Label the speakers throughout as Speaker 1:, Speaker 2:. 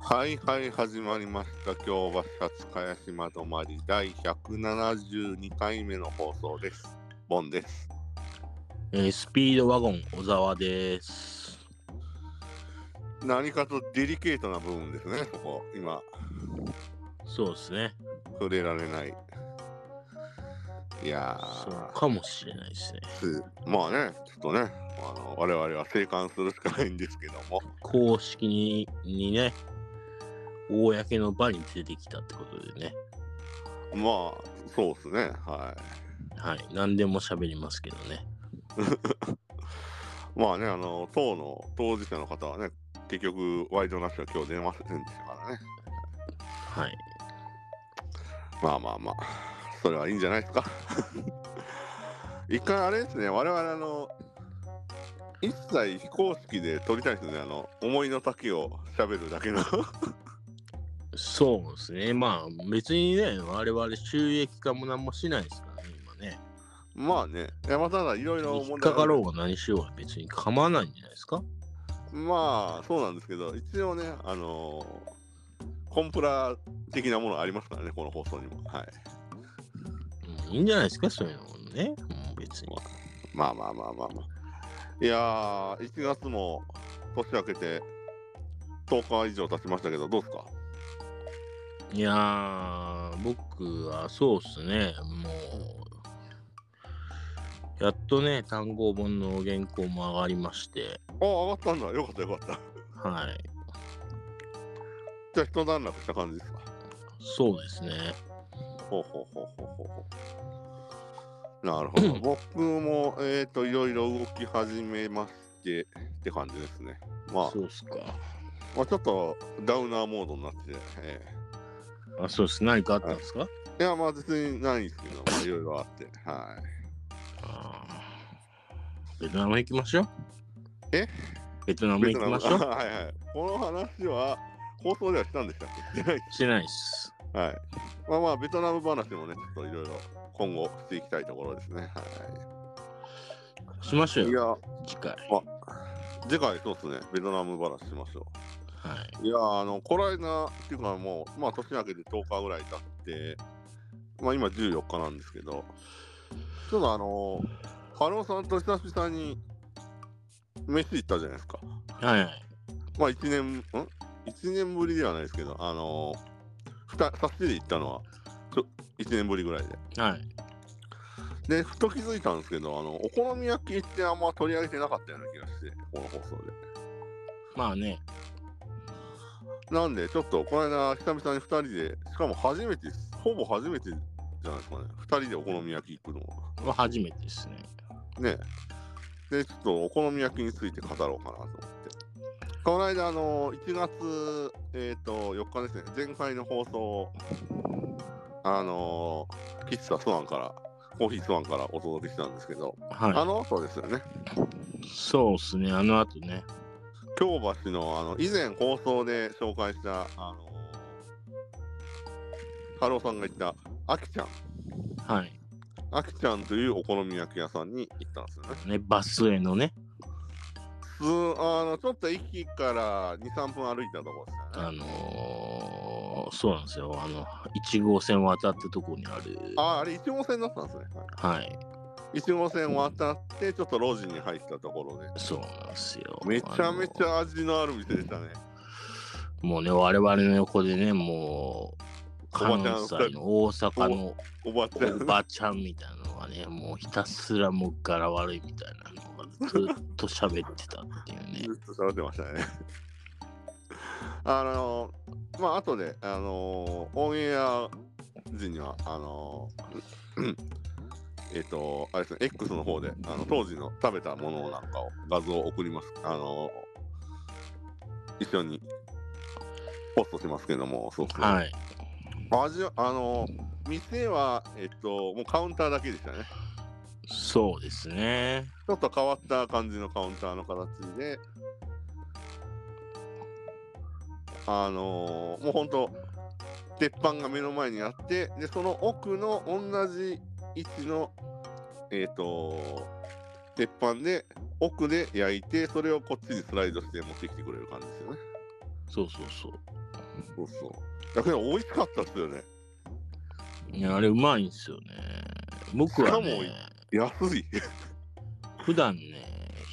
Speaker 1: はいはい始まりました今日は二つ茅島止まり第172回目の放送ですボンです
Speaker 2: えースピードワゴン小沢です。
Speaker 1: 何かとデリケートな部分ですねここ今
Speaker 2: そうですね。
Speaker 1: 触れられないいや
Speaker 2: そうかもしれないですね。
Speaker 1: ーつまあねちょっとねあの我々は生還するしかないんですけども
Speaker 2: 公式ににね、公の場に出てきたってことでね。
Speaker 1: まあそうですねは
Speaker 2: はい。何でも喋りますけどね。
Speaker 1: いまあねあの当の当事者の方はね結局ワイドナショーは今日出ませんでしたからね
Speaker 2: はい。
Speaker 1: まあまあまあ、それはいいんじゃないですか。一回あれですね、我々あの、一切非公式で撮りたいですね、あの、思いの丈を喋るだけの。
Speaker 2: そうですね。まあ別にね、我々収益化も何もしないですからね、今ね。
Speaker 1: まあね、いやまあただいろいろ
Speaker 2: 引っ
Speaker 1: 問題
Speaker 2: かかろ
Speaker 1: う。
Speaker 2: うが何しようが別に構わないんじゃないですか
Speaker 1: まあ、そうなんですけど、一応ね、あのーコンプラ的なものありますからね、この放送にも。はい。
Speaker 2: うんいいんじゃないですかそういうのもね。もう別に。
Speaker 1: まあまあまあまあまあ。いやー、1月も年明けて10日以上経ちましたけど、どうですか
Speaker 2: いやー、僕はそうっすね、もう、やっとね、単行本の原稿も上がりまして、
Speaker 1: あ、上がったんだ。よかったよかった。
Speaker 2: はい、
Speaker 1: じゃあ、一段落した感じですか。
Speaker 2: そうですね。
Speaker 1: ほうほうほうほうほうほう。なるほど。僕も、えっ、と、いろいろ動き始めましてって感じですね。まあ
Speaker 2: そ、うっすか。
Speaker 1: まあ、ちょっとダウナーモードになってて、え
Speaker 2: あ、そうっす。何かあったんですか、
Speaker 1: えいや、まあ、別にないんですけど、まあ、いろいろあって、はい。
Speaker 2: あーベトナム行きましょう。
Speaker 1: え
Speaker 2: ベトナム行きまし ょう。
Speaker 1: はいはい。この話は、放送ではしたんでしたっけ してない
Speaker 2: してないっす。
Speaker 1: はい。まあまあ、ベトナム話もね、ちょっといろいろ今後していきたいところですね。は
Speaker 2: しましょ
Speaker 1: い。いう
Speaker 2: よ、
Speaker 1: や、
Speaker 2: 次回。
Speaker 1: 次回そうですね、ベトナム話しましょ
Speaker 2: はい。
Speaker 1: う。いやー、あの、こないだっていうかもう、まあ年明けて10日ぐらい経って、まあ今14日なんですけど、ちょっとあのー、ハローさんと久々に飯行ったじゃないですか。
Speaker 2: はいはい。
Speaker 1: まあ1年、ん ?1 年ぶりではないですけど、あのー、2, 2人で行ったのは、ちょ1年ぶりぐらいで。
Speaker 2: はい。
Speaker 1: で、ふと気づいたんですけど、あの、お好み焼きってあんま取り上げてなかったような気がして、この放送で。
Speaker 2: まあね、
Speaker 1: なんで、ちょっと、この間、久々に2人で、しかも初めて、ほぼ初めてじゃないですかね。2人でお好み焼き行くのは。
Speaker 2: これ初めてですね。
Speaker 1: ねえで、ちょっとお好み焼きについて語ろうかなと思って。この間、あの、1月、えっ、と、4日ですね、前回の放送を、あの、喫茶スワンから、コーヒースワンからお届けしたんですけど、あ
Speaker 2: は
Speaker 1: の後ですよね。
Speaker 2: い。そうっすね。あの後ね。
Speaker 1: 京橋のあの以前放送で紹介したあのハローさんが言ったあきちゃん
Speaker 2: はい。
Speaker 1: あきちゃんというお好み焼き屋さんに行ったんですよね
Speaker 2: ね、バスへのね、
Speaker 1: すあのちょっと駅から23分歩いたところですよ
Speaker 2: あ
Speaker 1: ね
Speaker 2: のー、そうなんですよ、あの、1号線渡ったとこにある、
Speaker 1: ああれ1号線だったんですね、は
Speaker 2: はい、
Speaker 1: い、1号線渡ってちょっと路地に入ったところで
Speaker 2: そうなんですよ。
Speaker 1: めちゃめち
Speaker 2: あの
Speaker 1: ゃ味のある店でしたね
Speaker 2: ー。もうね、我々の横でね、もう、
Speaker 1: おば
Speaker 2: 関
Speaker 1: ちゃん
Speaker 2: 西の大阪の
Speaker 1: おばちゃん
Speaker 2: おばちゃんみたいなのがね、もうひたすらもう柄悪いみたいなのがずっと喋ってたっていうね
Speaker 1: ず。っと喋ってましたね。あのまあ後であのオンエア時にはあのうんえっとあれですね X の方であの当時の食べたものなんかを画像を送りますあの一緒にポストしますけどもそうですね、
Speaker 2: はい、
Speaker 1: 味はあの店はえっともうカウンターだけでしたね
Speaker 2: そうですね。
Speaker 1: ちょっと変わった感じのカウンターの形で、あのーもうほんと、鉄板が目の前にあって、で、その奥の同じ位置の、えっ、と、鉄板で、奥で焼いて、それをこっちにスライドして持ってきてくれる感じですよね。
Speaker 2: そうそうそう。
Speaker 1: そうそう。だけど、美味しかったっすよね。
Speaker 2: いや、あれうまいんすよね。僕は、
Speaker 1: しかも
Speaker 2: ね、
Speaker 1: 安い。
Speaker 2: 普段ね、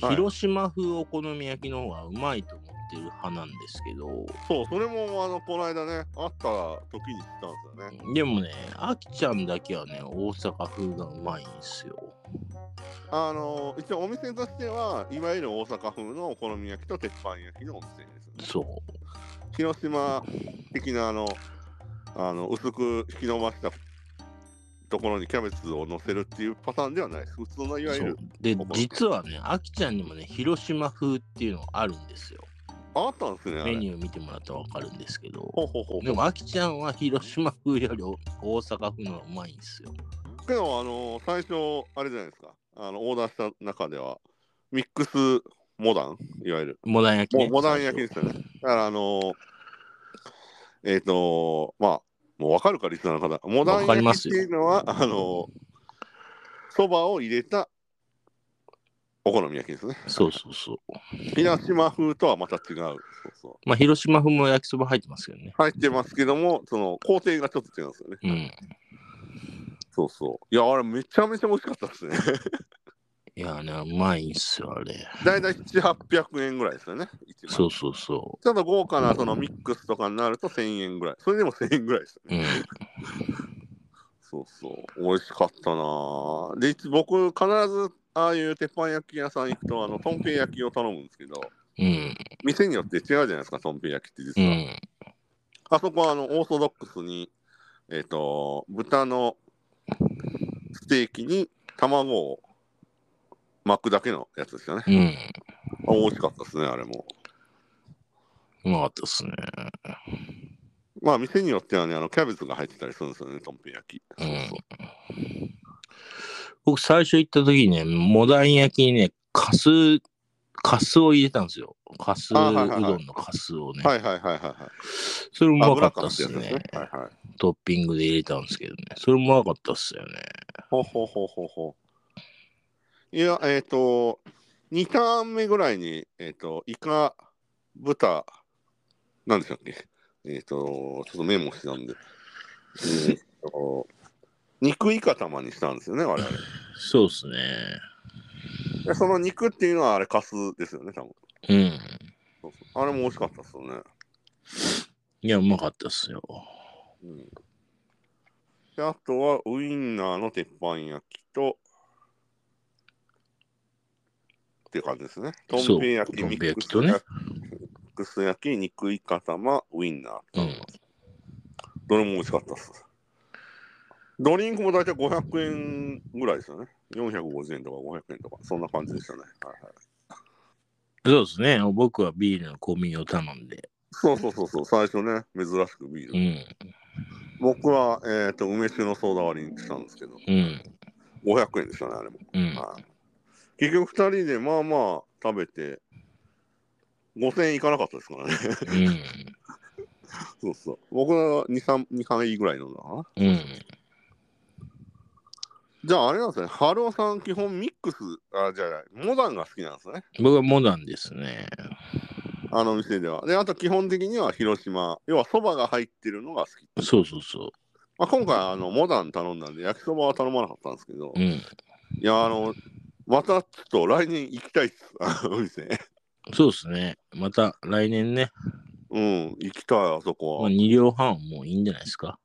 Speaker 1: はい
Speaker 2: 広島風お好み焼きの方がうまいと思ってる派なんですけど、
Speaker 1: そう、それも、あの、この間ね、会った時に知ったんですよね。
Speaker 2: でもね、あきちゃんだけはね、大阪風がうまいんすよ。
Speaker 1: あの、一応お店としては、いわゆる大阪風のお好み焼きと鉄板焼きのお店ですよね。
Speaker 2: そ。
Speaker 1: 広島的なあのあの薄く引き伸ばしたところにキャベツを乗せるっていうパターンではないです普通のいうわゆ
Speaker 2: そう
Speaker 1: る
Speaker 2: で
Speaker 1: 思う、
Speaker 2: 実はね、あきちゃんにもね、広島風っていうのがあるんですよ。
Speaker 1: あったんですねあ
Speaker 2: メ
Speaker 1: れ
Speaker 2: ニュー見てもらったらわかるんですけど。
Speaker 1: ほうほうほう
Speaker 2: でも、あきちゃんは広島風より大阪風の方がうまいんですよ。
Speaker 1: けどあの最初あれじゃないですかあのオーダーした中ではミックスモダンいわゆる
Speaker 2: モダン焼き、
Speaker 1: も
Speaker 2: ね。
Speaker 1: うモダン焼きですよねだからあのえっ、とまあもう分かるかリスナーの方モダン
Speaker 2: わかりま
Speaker 1: 焼き
Speaker 2: す
Speaker 1: っ
Speaker 2: よ
Speaker 1: ていうのはあのそばを入れたお好み焼きですね
Speaker 2: そうそうそう。
Speaker 1: 広島風とはまた違う。そうそ
Speaker 2: まあ、広島風も焼きそば入ってますけどね。
Speaker 1: う入ってますけども、その工程がちょっと違うんですよね。
Speaker 2: うん。
Speaker 1: そうそう。いや、あれめちゃめちゃ美味しかったですね。
Speaker 2: いやね、うまいんすよ、あれ。
Speaker 1: だいたい7、800円ぐらいですよね。一枚
Speaker 2: そうそうそ
Speaker 1: ちょっと豪華なそのミックスとかになると1000円ぐらい。それでも1000円ぐらいですよ
Speaker 2: う。
Speaker 1: ね。
Speaker 2: うん。
Speaker 1: そうそう。美味しかったなぁで、いつ僕、必ずああいう鉄板焼き屋さん行くと、あの、とんぺい焼きを頼むんですけど、
Speaker 2: うん。
Speaker 1: 店によって違うじゃないですか、とんぺい焼きって
Speaker 2: う
Speaker 1: 実は。
Speaker 2: ん。
Speaker 1: あそこはあのオーソドックスに、えっと豚のステーキに卵を巻くだけのやつですよね。
Speaker 2: う
Speaker 1: あ
Speaker 2: ん。
Speaker 1: 美味しかったですね、あれも。
Speaker 2: うまかったっすね。
Speaker 1: まあ、店によってはね、あのキャベツが入ってたりするんですよね、とんぺ焼き。
Speaker 2: う
Speaker 1: そ
Speaker 2: ん
Speaker 1: う
Speaker 2: 僕、最初行った時にね、モダン焼きにね、カス、カスを入れたんですよ。カスう
Speaker 1: あ
Speaker 2: ど
Speaker 1: はいはいはい
Speaker 2: んのカスをね。
Speaker 1: そうはいはいはいはいはい。
Speaker 2: それもうま
Speaker 1: 油
Speaker 2: かったっす
Speaker 1: 感って
Speaker 2: ね
Speaker 1: やつ。ですはいはい。
Speaker 2: トッピングで入れたんですけどね。それもうまかったっすよね。
Speaker 1: ほうほうほうほうほう。いや、えっ、と、2ターン目ぐらいに、えっ、と、イカ、豚、なんでしたっけえっ、と、ちょっとメモしてたんで。えっ、と、肉イカ玉にしたんですよね、我々。
Speaker 2: そうっすね。
Speaker 1: でその肉っていうのはあれ、カスですよね、多分。
Speaker 2: うん。
Speaker 1: そうそうあれも美味しかったですよね。
Speaker 2: いや、うまかったっすよ。
Speaker 1: うん、であとは、ウインナーの鉄板焼きと、っていう感じですね。と
Speaker 2: そうん
Speaker 1: べい焼き、
Speaker 2: とん
Speaker 1: ミ
Speaker 2: べい
Speaker 1: ック
Speaker 2: 焼き
Speaker 1: ス
Speaker 2: と
Speaker 1: 焼
Speaker 2: ね
Speaker 1: き、ミックス焼き、肉いか玉、ウインナー
Speaker 2: う
Speaker 1: と、
Speaker 2: ん。
Speaker 1: どれも美味しかったです。ドリンクも大体500円ぐらいですよね。450円とか500円とか、そんな感じでしたね。はいはい、
Speaker 2: そうですね。僕はビールのコンビニを頼んで。
Speaker 1: そうそうそうそう、最初ね、珍しくビール。
Speaker 2: うん。
Speaker 1: 僕は、えっ、と、梅酒のソーダ割りにしたんですけど、
Speaker 2: うん。
Speaker 1: 500円でしたね、あれも。
Speaker 2: うん。
Speaker 1: はい結局2人でまあまあ食べて5000円いかなかったですからね
Speaker 2: う
Speaker 1: そ
Speaker 2: ん。
Speaker 1: うそう僕は23杯ぐらい飲んだかな
Speaker 2: うん。
Speaker 1: じゃああれなんですね春尾さん基本ミックスあじゃあモダンが好きなんですね
Speaker 2: 僕はモダンですね。
Speaker 1: あの店ではであと基本的には広島要はそばが入ってるのが好き、
Speaker 2: そうそうそ
Speaker 1: まあ、今回あのモダン頼んだんで焼きそばは頼まなかったんですけど
Speaker 2: う。うん。
Speaker 1: いやあのまたちょっと来年行きたいっすあのお店
Speaker 2: そうですね。また来年ね、
Speaker 1: うん行きたいあそこ
Speaker 2: ま
Speaker 1: は
Speaker 2: あ、2両半はもういいんじゃないですか。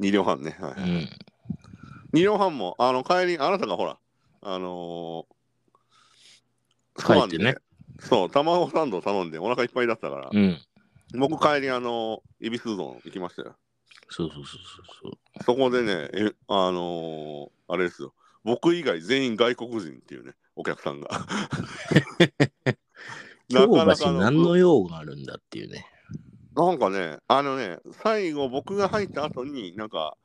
Speaker 1: 2両半ねはい、は
Speaker 2: う
Speaker 1: い
Speaker 2: ん。
Speaker 1: 二両半も、あの、帰り、あなたがほら、あのー、
Speaker 2: 帰ってね
Speaker 1: そう、卵サンド頼んでお腹いっぱいだったから、
Speaker 2: うん。
Speaker 1: 僕帰り、あのー、恵比寿丼行きましたよ。
Speaker 2: そうそうそうそう
Speaker 1: そこでね、えあのー、あれですよ、僕以外全員外国人っていうね、お客さんが。
Speaker 2: そう。
Speaker 1: なかな
Speaker 2: 京橋
Speaker 1: か
Speaker 2: に
Speaker 1: の
Speaker 2: 何の用があるんだっていうね。
Speaker 1: なんかね、あのね、最後僕が入った後に、なんか、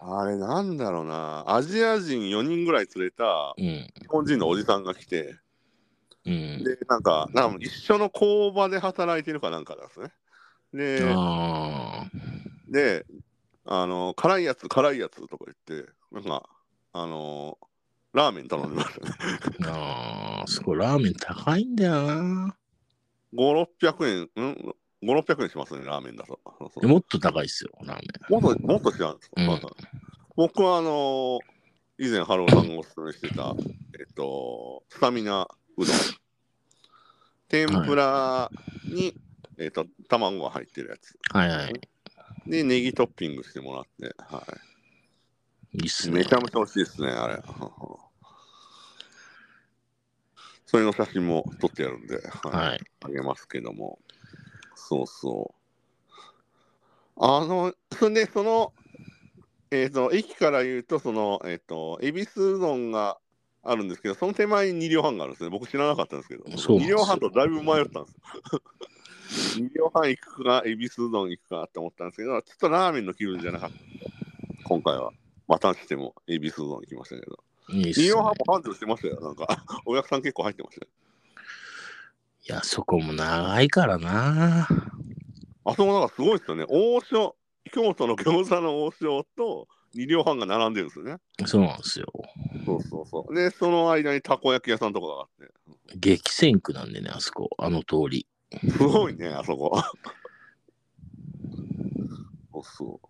Speaker 1: あれなんだろうな、アジア人4人ぐらい連れた
Speaker 2: うん。
Speaker 1: 日本人のおじさんが来て、
Speaker 2: うん。
Speaker 1: で、なんか、なんか一緒の工場で働いてるかなんかなんですね。で、
Speaker 2: ああ。
Speaker 1: で、あの、辛いやつ、辛いやつとか言って、なんか、あの、ラーメン頼んでましたね。
Speaker 2: ああ。そこラーメン高いんだよな。
Speaker 1: 5、600円、うん、5、600円しますね、ラーメンだと。そうそう
Speaker 2: もっと高いっすよ、ラーメ
Speaker 1: もっと、もっと違うんですか、
Speaker 2: うん
Speaker 1: 僕は、あのー以前、ハローさんがおすすめしてた、えっと、スタミナうどん。天ぷらに、えっと、卵が入ってるやつ。
Speaker 2: ン。はいはい。
Speaker 1: で、ネギトッピングしてもらって、はい
Speaker 2: いっす
Speaker 1: い。
Speaker 2: ね
Speaker 1: めち。ゃめちゃ美味しいですね、あれ。 それの写真も撮ってやるんで、はい
Speaker 2: はい。
Speaker 1: あげますけども。そうそう。あの、そんで、その、えっ、と、駅から言うと、その、えっ、と、恵比寿うどんがあるんですけど、その手前に2両半があるんですね。僕知らなかったんですけど、
Speaker 2: そうな
Speaker 1: 2
Speaker 2: んですよ
Speaker 1: 両半とだいぶ迷ったん です。2両半行くか、恵比寿うどん行くかって思ったんですけど、ちょっとラーメンの気分じゃなかった。今回は。またしても恵比寿うどん行きましたけど。
Speaker 2: いいっす
Speaker 1: 2
Speaker 2: ね
Speaker 1: 両。半も繁盛してましたよ。なんか、お客さん結構入ってましたよ。
Speaker 2: いや、そこも長いからな。
Speaker 1: あそこなんかすごいですよね。王将、京都の餃子の王将と二両半が並んでるんですよね。
Speaker 2: そうなんですよ。
Speaker 1: そうそうそう。で、その間にたこ焼き屋さんとかがあっ
Speaker 2: 激戦区なんでね、あそこ。あの通り。
Speaker 1: て。すごいね、あそこ。 そうそう。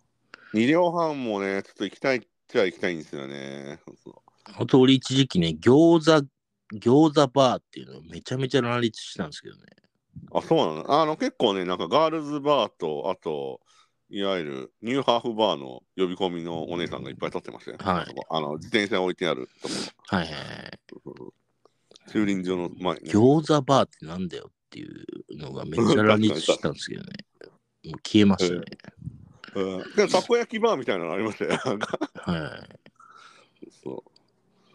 Speaker 1: 二両半もね、ちょっと行きたいっちゃ行きたいんですよね。そうそう
Speaker 2: あの通り一時期ね、餃子、餃子バーっていうのめちゃめちゃ乱立してたんですけどね。
Speaker 1: あ、そうなのあの、結構ね、なんかガールズバーと、あと、いわゆるニューハーフバーの呼び込みのお姉さんがいっぱい立ってましたよ、ね。
Speaker 2: はい
Speaker 1: あそこあの、自転車置いてあるとこ
Speaker 2: はいはいはい。
Speaker 1: 駐輪場の前に。
Speaker 2: 餃子バーってなんだよっていうのがめっちゃ乱立してたんですけどね。もう消えました
Speaker 1: う
Speaker 2: ね。
Speaker 1: んでもたこ焼きバーみたいなのありましたよ。なんか
Speaker 2: は
Speaker 1: そ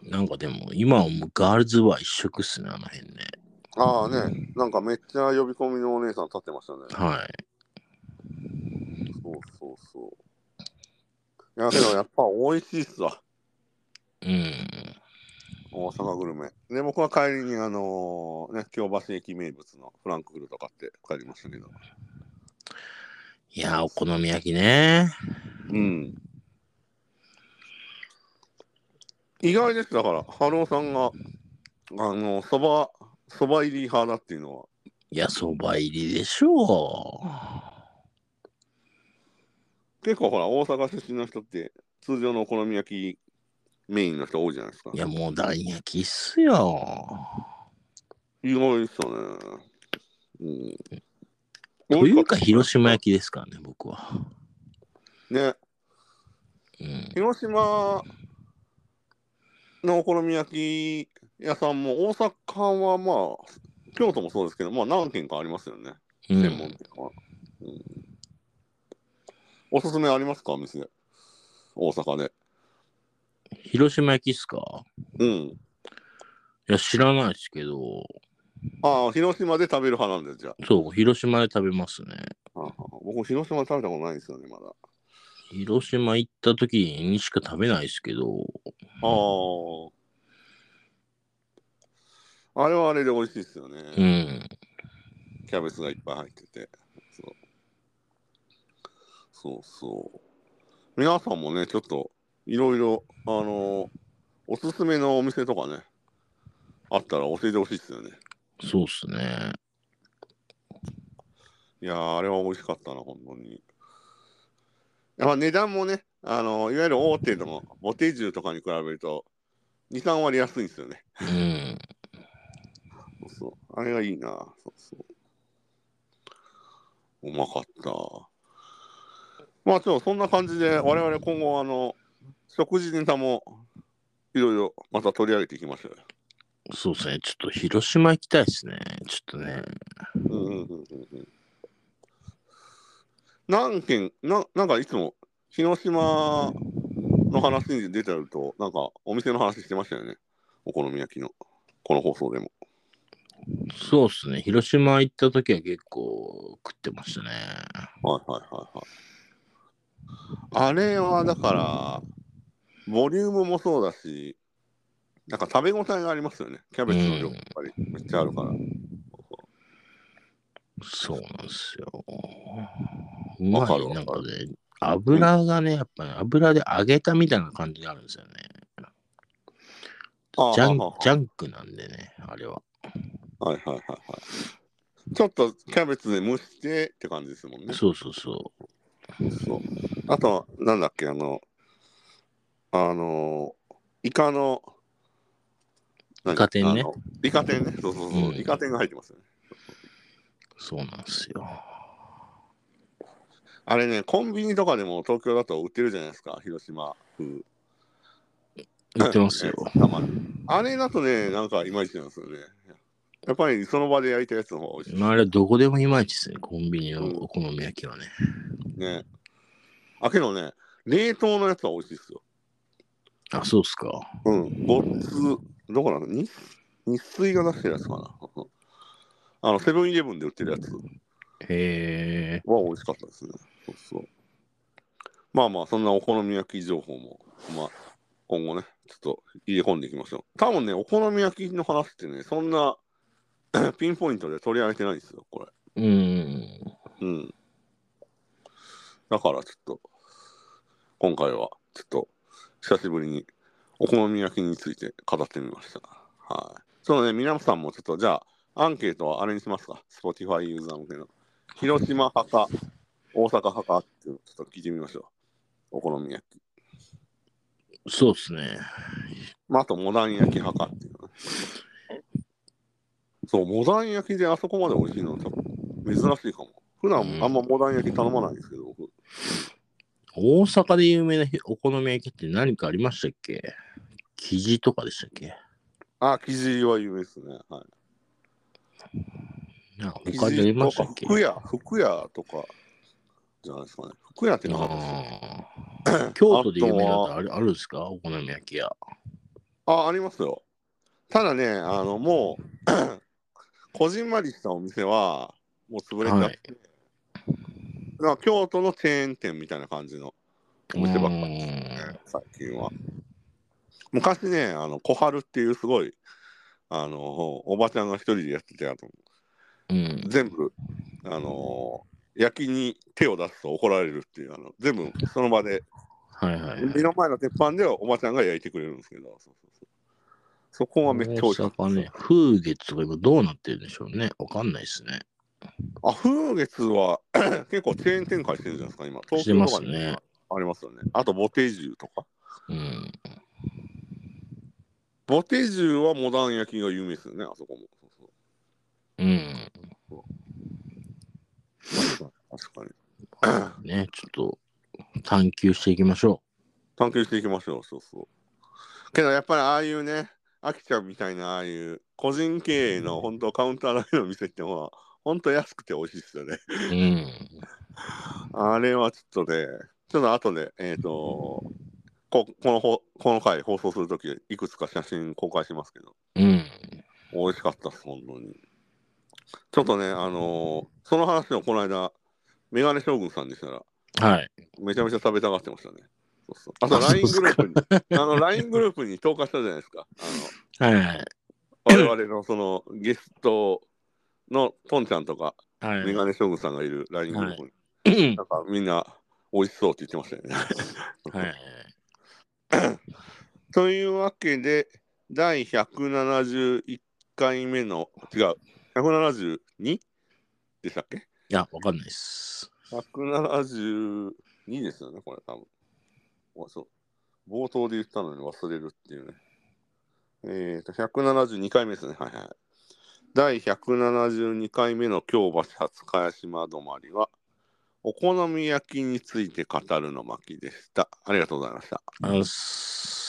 Speaker 2: い。なんかでも、今はもうガールズバー一色っすね、あの辺ね。
Speaker 1: うああね、なんかめっちゃ呼び込みのお姉さん立ってましたね。
Speaker 2: はい。
Speaker 1: そうそうそう。いやけどやっぱ美味しいっすわ、
Speaker 2: うん。
Speaker 1: 大阪グルメ。で、僕は帰りにあのね、京橋駅名物のフランクフルト買って帰りましたけど。
Speaker 2: いやー、お好み焼きね。
Speaker 1: うん。意外です、だから、ハローさんが、あの、そば、そば入り派だっていうのは。
Speaker 2: いや、そば入りでしょ
Speaker 1: 結構ほら、大阪出身の人って、通常のお好み焼きメインの人多いじゃないですか
Speaker 2: う。い。や、もう大焼きっすよ。
Speaker 1: 意外ですよね。うん。
Speaker 2: というか、広島焼きですからね、僕は。
Speaker 1: ね、
Speaker 2: うん。
Speaker 1: 広島のお好み焼き屋さんも、大阪はまあ、京都もそうですけど、まあ何軒かありますよね。
Speaker 2: うん
Speaker 1: 専門店は。うんおすすめありますか店。大阪で。
Speaker 2: 広島焼きっすか
Speaker 1: うん。
Speaker 2: いや、知らないですけど、
Speaker 1: ああ、広島で食べる派なんです、じゃあ。
Speaker 2: そう、広島で食べますね。
Speaker 1: ああ僕、広島で食べたことないんですよね、まだ。
Speaker 2: 広島行った時にしか食べないですけど、
Speaker 1: ああ。あれはあれで美味しいですよね。
Speaker 2: うん。
Speaker 1: キャベツがいっぱい入ってて。そうそうそう。皆さんもね、ちょっといろいろ、あのーおすすめのお店とかね、あったら教えてほしいですよね。
Speaker 2: そうっすね。
Speaker 1: いやー、あれは美味しかったな、本当に。やっぱ値段もね、あのーいわゆる大手のボテジュとかに比べると、2、3割安いんですよね。
Speaker 2: うん。
Speaker 1: そうそう。あれがいいな。そうそう。うまかった。まあ、でもそんな感じで、我々今後、あの、食事ネタも、いろいろまた取り上げていきましょうよ。
Speaker 2: そうっすね。ちょっと広島行きたいっすね。ちょっとね。
Speaker 1: うんうんうんうんうん。何件、ななんかいつも、広島の話に出てると、なんかお店の話してましたよね。お好み焼きの。この放送でも。
Speaker 2: そうっすね。広島行った時は結構食ってましたね。
Speaker 1: はいはいはいはい。あれはだから、ボリュームもそうだし、なんか食べ応えがありますよね。キャベツの量
Speaker 2: うん
Speaker 1: やっぱりめっちゃあるから。
Speaker 2: そうなんですよ。うま
Speaker 1: わかる
Speaker 2: い。
Speaker 1: わか
Speaker 2: な
Speaker 1: る
Speaker 2: んかね、油がね、やっぱね、油で揚げたみたいな感じになるんですよね。
Speaker 1: あ
Speaker 2: ジャ
Speaker 1: は
Speaker 2: ンジャンクなんでね、あれは。
Speaker 1: はいはいはいはい。ちょっとキャベツで蒸してって感じですもんね。
Speaker 2: そうそうそ
Speaker 1: そうあと、なんだっけ、あの、あの、イカの、何
Speaker 2: イカ天ね。
Speaker 1: あのイカ天ね。そうそうそう。
Speaker 2: うん
Speaker 1: イカ天が入ってますよね。
Speaker 2: う。そうなんですよ。
Speaker 1: あれね、コンビニとかでも東京だと売ってるじゃないですか、広島風。
Speaker 2: 言ってますよ。
Speaker 1: たまに。あれだとね、なんかいまいちなんですよね。やっぱりその場で焼いたやつの方が美味しい
Speaker 2: まあ、あれはどこでもいまいちですね、コンビニのお好み焼きはね。
Speaker 1: ね。あ、けどね、冷凍のやつは美味しいですよ。
Speaker 2: あ、そうっすか。
Speaker 1: うん。ボッツ、どこなの日日水が出してるやつかな。 あの、セブンイレブンで売ってるやつは
Speaker 2: へえ。
Speaker 1: 美味しかったですね。そうそう。まあまあ、そんなお好み焼き情報も、まあ、今後ね、ちょっと入れ込んでいきましょう。多分ね、お好み焼きの話ってね、そんな ピンポイントで取り上げてないんですよ、これ。
Speaker 2: うん。
Speaker 1: うん。だからちょっと、今回はちょっと、久しぶりにお好み焼きについて語ってみました。はい。そうね、皆さんもちょっと、じゃあ、アンケートはあれにしますか。Spotify ユーザー向けの。広島派か、大阪派かっていうのをちょっと聞いてみましょう。お好み焼き。
Speaker 2: そうっすね。
Speaker 1: まあ、あと、モダン焼き派かっていうのね。そう、モダン焼きであそこまで美味しいのは多分珍しいかも。普段あんまモダン焼き頼まないんですけど、僕。
Speaker 2: 大阪で有名なお好み焼きって何かありましたっけ生地とかでしたっけ
Speaker 1: あ、生地は有名ですね。は
Speaker 2: なんか
Speaker 1: い。
Speaker 2: 他にありましたっけ
Speaker 1: 生地とか服屋、服屋とかじゃないですかね。服屋ってなかったですよ
Speaker 2: あー京都で有名なのってあるあるんですかお好み焼き屋。
Speaker 1: あ、ありますよ。ただね、あの、もう、 こじんまりしたお店は、もう潰れちゃって、なんか京都のチェーン店みたいな感じのお店ばっかりですね、最近は。昔ね、あの、小春っていうすごい、あの、おばちゃんが一人でやってたやつ
Speaker 2: うん。
Speaker 1: 全部、あのー焼きに手を出すと怒られるっていうあの全部その場で
Speaker 2: はいはいはい。
Speaker 1: 目の前の鉄板ではおばちゃんが焼いてくれるんですけどそうそうそうそこはめっちゃ美
Speaker 2: 大
Speaker 1: 味しかった
Speaker 2: 阪ね、風月とか今どうなってるんでしょうね。わかんないですね。
Speaker 1: あ風月は 結構チェーン展開してるじゃないですか今東
Speaker 2: して
Speaker 1: 京
Speaker 2: ま
Speaker 1: と
Speaker 2: す
Speaker 1: かに
Speaker 2: ね。
Speaker 1: ありますよねあとボテジュとか
Speaker 2: うん。
Speaker 1: ボテジュはモダン焼きが有名ですよねあそこもそうそう
Speaker 2: うん。
Speaker 1: 確かに
Speaker 2: ね、ちょっと探求していきましょ
Speaker 1: 探求していきましょうそうそうけどやっぱりああいうねあきちゃんみたいなああいう個人経営の本当カウンターだけの店ってのは本当安くて美味しいですよね
Speaker 2: う。うん。
Speaker 1: あれはちょっとねちょっと後でえっ、とここのほこの回放送するときいくつか写真公開しますけど
Speaker 2: うん。
Speaker 1: 美味しかったです本当にちょっとねあのーその話をこの間メガネ将軍さんにしたら
Speaker 2: はい。
Speaker 1: めちゃめちゃ食べたがってましたね。そうそうあと LINE グループに、 あの LINE グループに投下したじゃないです か。
Speaker 2: はいはい。
Speaker 1: あの我々のそのゲストのトンちゃんとか、
Speaker 2: は
Speaker 1: メ
Speaker 2: い。
Speaker 1: ガネ将軍さんがいる LINE グループに、なんかみんな美味しそうって言ってました よね。
Speaker 2: はい。
Speaker 1: というわけで、第171回目の、違う、172? でしたっけ
Speaker 2: いや、わかんないです。
Speaker 1: 172ですよね、これ、多分。あそう。冒頭で言ったのに忘れるっていうね。えっ、と、172回目ですね。はいはい。第172回目の京橋初茅島止まりは、お好み焼きについて語るの巻でした。ありがとうございました。
Speaker 2: あっす。